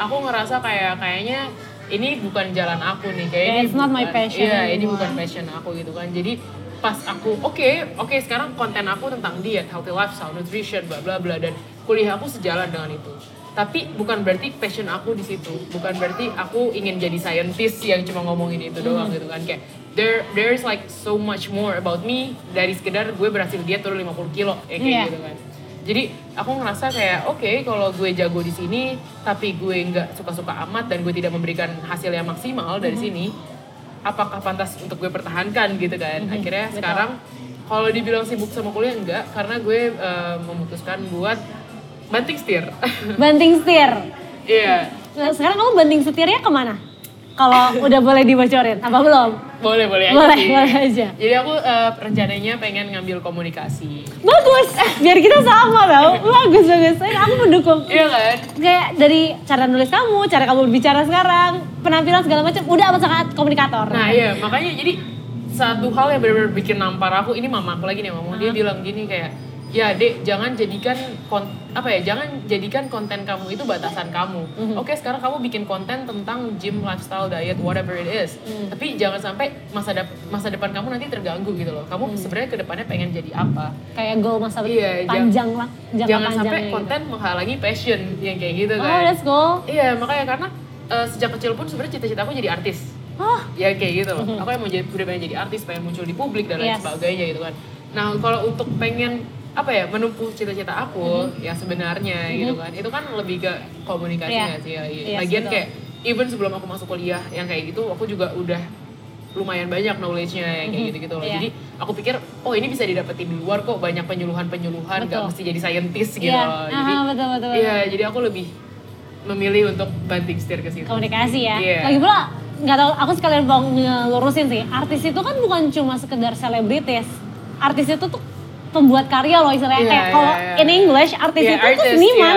aku ngerasa kayak kayaknya ini bukan jalan aku nih kayak Yeah, ini it's not my bukan- passion Iya, ini anymore. bukan passion aku gitu kan. Jadi pas aku oke oke sekarang konten aku tentang diet, healthy lifestyle, nutrition, bla bla bla dan kuliah aku sejalan dengan itu. Tapi bukan berarti passion aku di situ, bukan berarti aku ingin jadi scientist yang cuma ngomongin itu doang gitu kan kayak there there's like so much more about me dari sekedar gue berhasil diet turun 50 kilo ya kayak Iya. gitu kan. Jadi aku ngerasa kayak oke kalau gue jago di sini tapi gue nggak suka-suka amat dan gue tidak memberikan hasil yang maksimal dari sini, apakah pantas untuk gue pertahankan gitu kan? Mm-hmm. Akhirnya sekarang kalau dibilang sibuk sama kuliah enggak karena gue eh, memutuskan buat banting setir. banting setir. Iya, Nah, sekarang kamu banting setirnya kemana? Kalau udah boleh dibocorin, apa belum? boleh boleh aja Boleh, sih. boleh aja. Jadi aku eh, rencananya pengen ngambil komunikasi. Bagus, biar kita sama tau. Bagus, bagus. Eh, Aku mendukung. Iya kan? Kayak dari cara nulis kamu, cara kamu berbicara sekarang, penampilan segala macam, udah amat sangat komunikator. Nah iya makanya jadi satu hal yang benar-benar bikin nampar aku ini mama aku lagi nih mama dia bilang gini kayak ya dek jangan jadikan kon- apa ya jangan jadikan konten kamu itu batasan kamu. Mhm. Oke sekarang kamu bikin konten tentang gym lifestyle diet whatever it is. Mhm. Tapi jangan sampai masa dep- masa depan kamu nanti terganggu gitu loh. Mhm. Kamu sebenarnya kedepannya pengen jadi apa? Kayak goal masa Iya, jang- panjang lah, jangka jangan sampai panjangnya konten menghalangi passion yang kayak gitu gitu. kan. Oh, let's go. Iya makanya karena eh, sejak kecil pun sebenarnya cita-citaku jadi artis Oh, ya kayak gitu loh aku emang jadi udah pengen jadi artis pengen muncul di publik dan lain Yes. sebagainya gitu kan nah kalau untuk pengen apa ya menempuh cita-cita aku Mm-hmm. ya sebenarnya gitu kan itu kan lebih ke komunikasi Iya. nggak sih ya Yes, lagian betul. kayak even sebelum aku masuk kuliah yang kayak gitu aku juga udah lumayan banyak knowledge-nya yang kayak gitu-gitu loh. Iya. Jadi aku pikir oh ini bisa didapetin di luar kok banyak penyuluhan-penyuluhan nggak Betul. mesti jadi scientist gitu iya. loh. Jadi Ah, betul, betul, betul. iya, jadi aku lebih memilih untuk banting setir ke situ. komunikasi ya. Iya. Lagi pula nggak tahu aku sekalian mau ngelurusin sih. Artis itu kan bukan cuma sekedar selebritis. Artis itu tuh pembuat karya loh istilahnya Iya, kayak iya, kalau iya. in English artis Iya, itu tuh artist, seniman.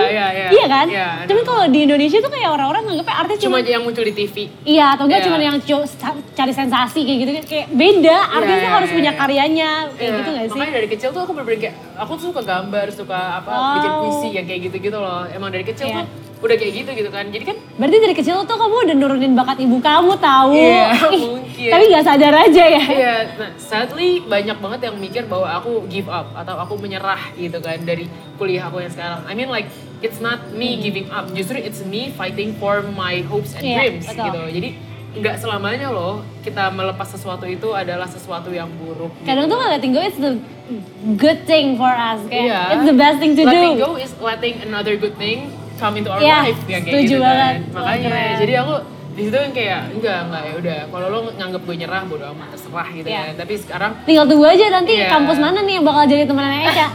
iya, iya, iya. Iya kan? Iya, I Tapi know. kalau di Indonesia tuh kayak orang-orang nganggapnya artis Cuma cuma yang muncul di TV Iya, atau enggak Iya. cuma yang cu- cari sensasi kayak gitu kayak beda. Artis Iya, tuh iya, harus punya iya. karyanya kayak Iya, gitu nggak sih? Makanya dari kecil tuh aku bener-bener kayak, aku tuh suka gambar, suka apa, Wow. bikin puisi yang kayak gitu-gitu loh. Emang dari kecil Oh. Iya. tuh udah kayak gitu gitu kan. Jadi kan Berarti dari kecil tuh kamu udah nurunin bakat ibu kamu tahu. Iya, Ih, mungkin. Tapi nggak sadar aja ya. Iya, nah, sadly banyak banget yang mikir bahwa aku give up atau aku menyerah gitu kan dari kuliah aku yang sekarang. I mean like it's not me giving up, justru it's me fighting for my hopes and Hmm. Iya, dreams betul. gitu. Jadi nggak selamanya loh kita melepas sesuatu itu adalah sesuatu yang buruk. gitu. kadang tuh ngeliatin gue it's the good thing for us kayak Iya. it's the best thing to letting do go is letting another good thing come into our Iya, life ya kayak setuju gitu banget. kan. Wah, Makanya keren. jadi aku di situ yang kayak enggak enggak ya udah kalau lo nganggap gue nyerah bodo amat terserah gitu Iya. kan. Tapi sekarang tinggal tunggu aja nanti Iya. kampus mana nih yang bakal jadi temenannya Eca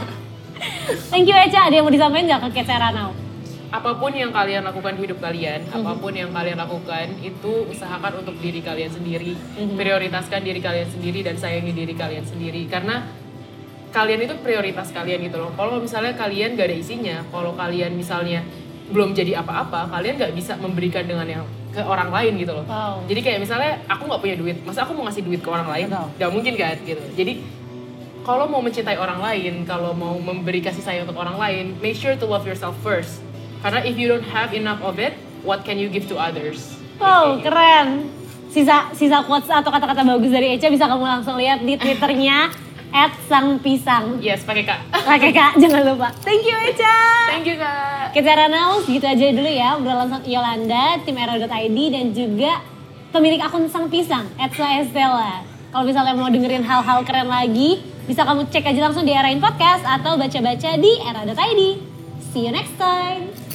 thank you Eca ada yang mau disampaikan nggak ke Kecera now apapun yang kalian lakukan di hidup kalian, Mhm. apapun yang kalian lakukan itu usahakan untuk diri Mhm. kalian sendiri, prioritaskan diri kalian sendiri dan sayangi diri kalian sendiri karena kalian itu prioritas kalian gitu loh. Kalau misalnya kalian gak ada isinya, kalau kalian misalnya belum jadi apa-apa, kalian nggak bisa memberikan dengan yang ke orang lain gitu loh. Wow. Jadi kayak misalnya aku nggak punya duit, masa aku mau ngasih duit ke orang lain? Betul. Gak mungkin kan gitu. Jadi kalau mau mencintai orang lain, kalau mau memberi kasih sayang untuk orang lain, make sure to love yourself first. Karena if you don't have enough of it, what can you give to others? Wow, Kayak gitu. keren. Sisa sisa quotes atau kata-kata bagus dari Echa bisa kamu langsung lihat di twitternya @sangpisang. Yes, pakai kak. Oke kak, jangan lupa. Thank you Echa. Thank you kak. Kecara Naus, gitu aja dulu ya. Obrolan sama Yolanda, tim Aero.id, dan juga pemilik akun Sang Pisang, Etsa Estella. Kalau misalnya mau dengerin hal-hal keren lagi, bisa kamu cek aja langsung di Erain Podcast atau baca-baca di Era.id. See you next time.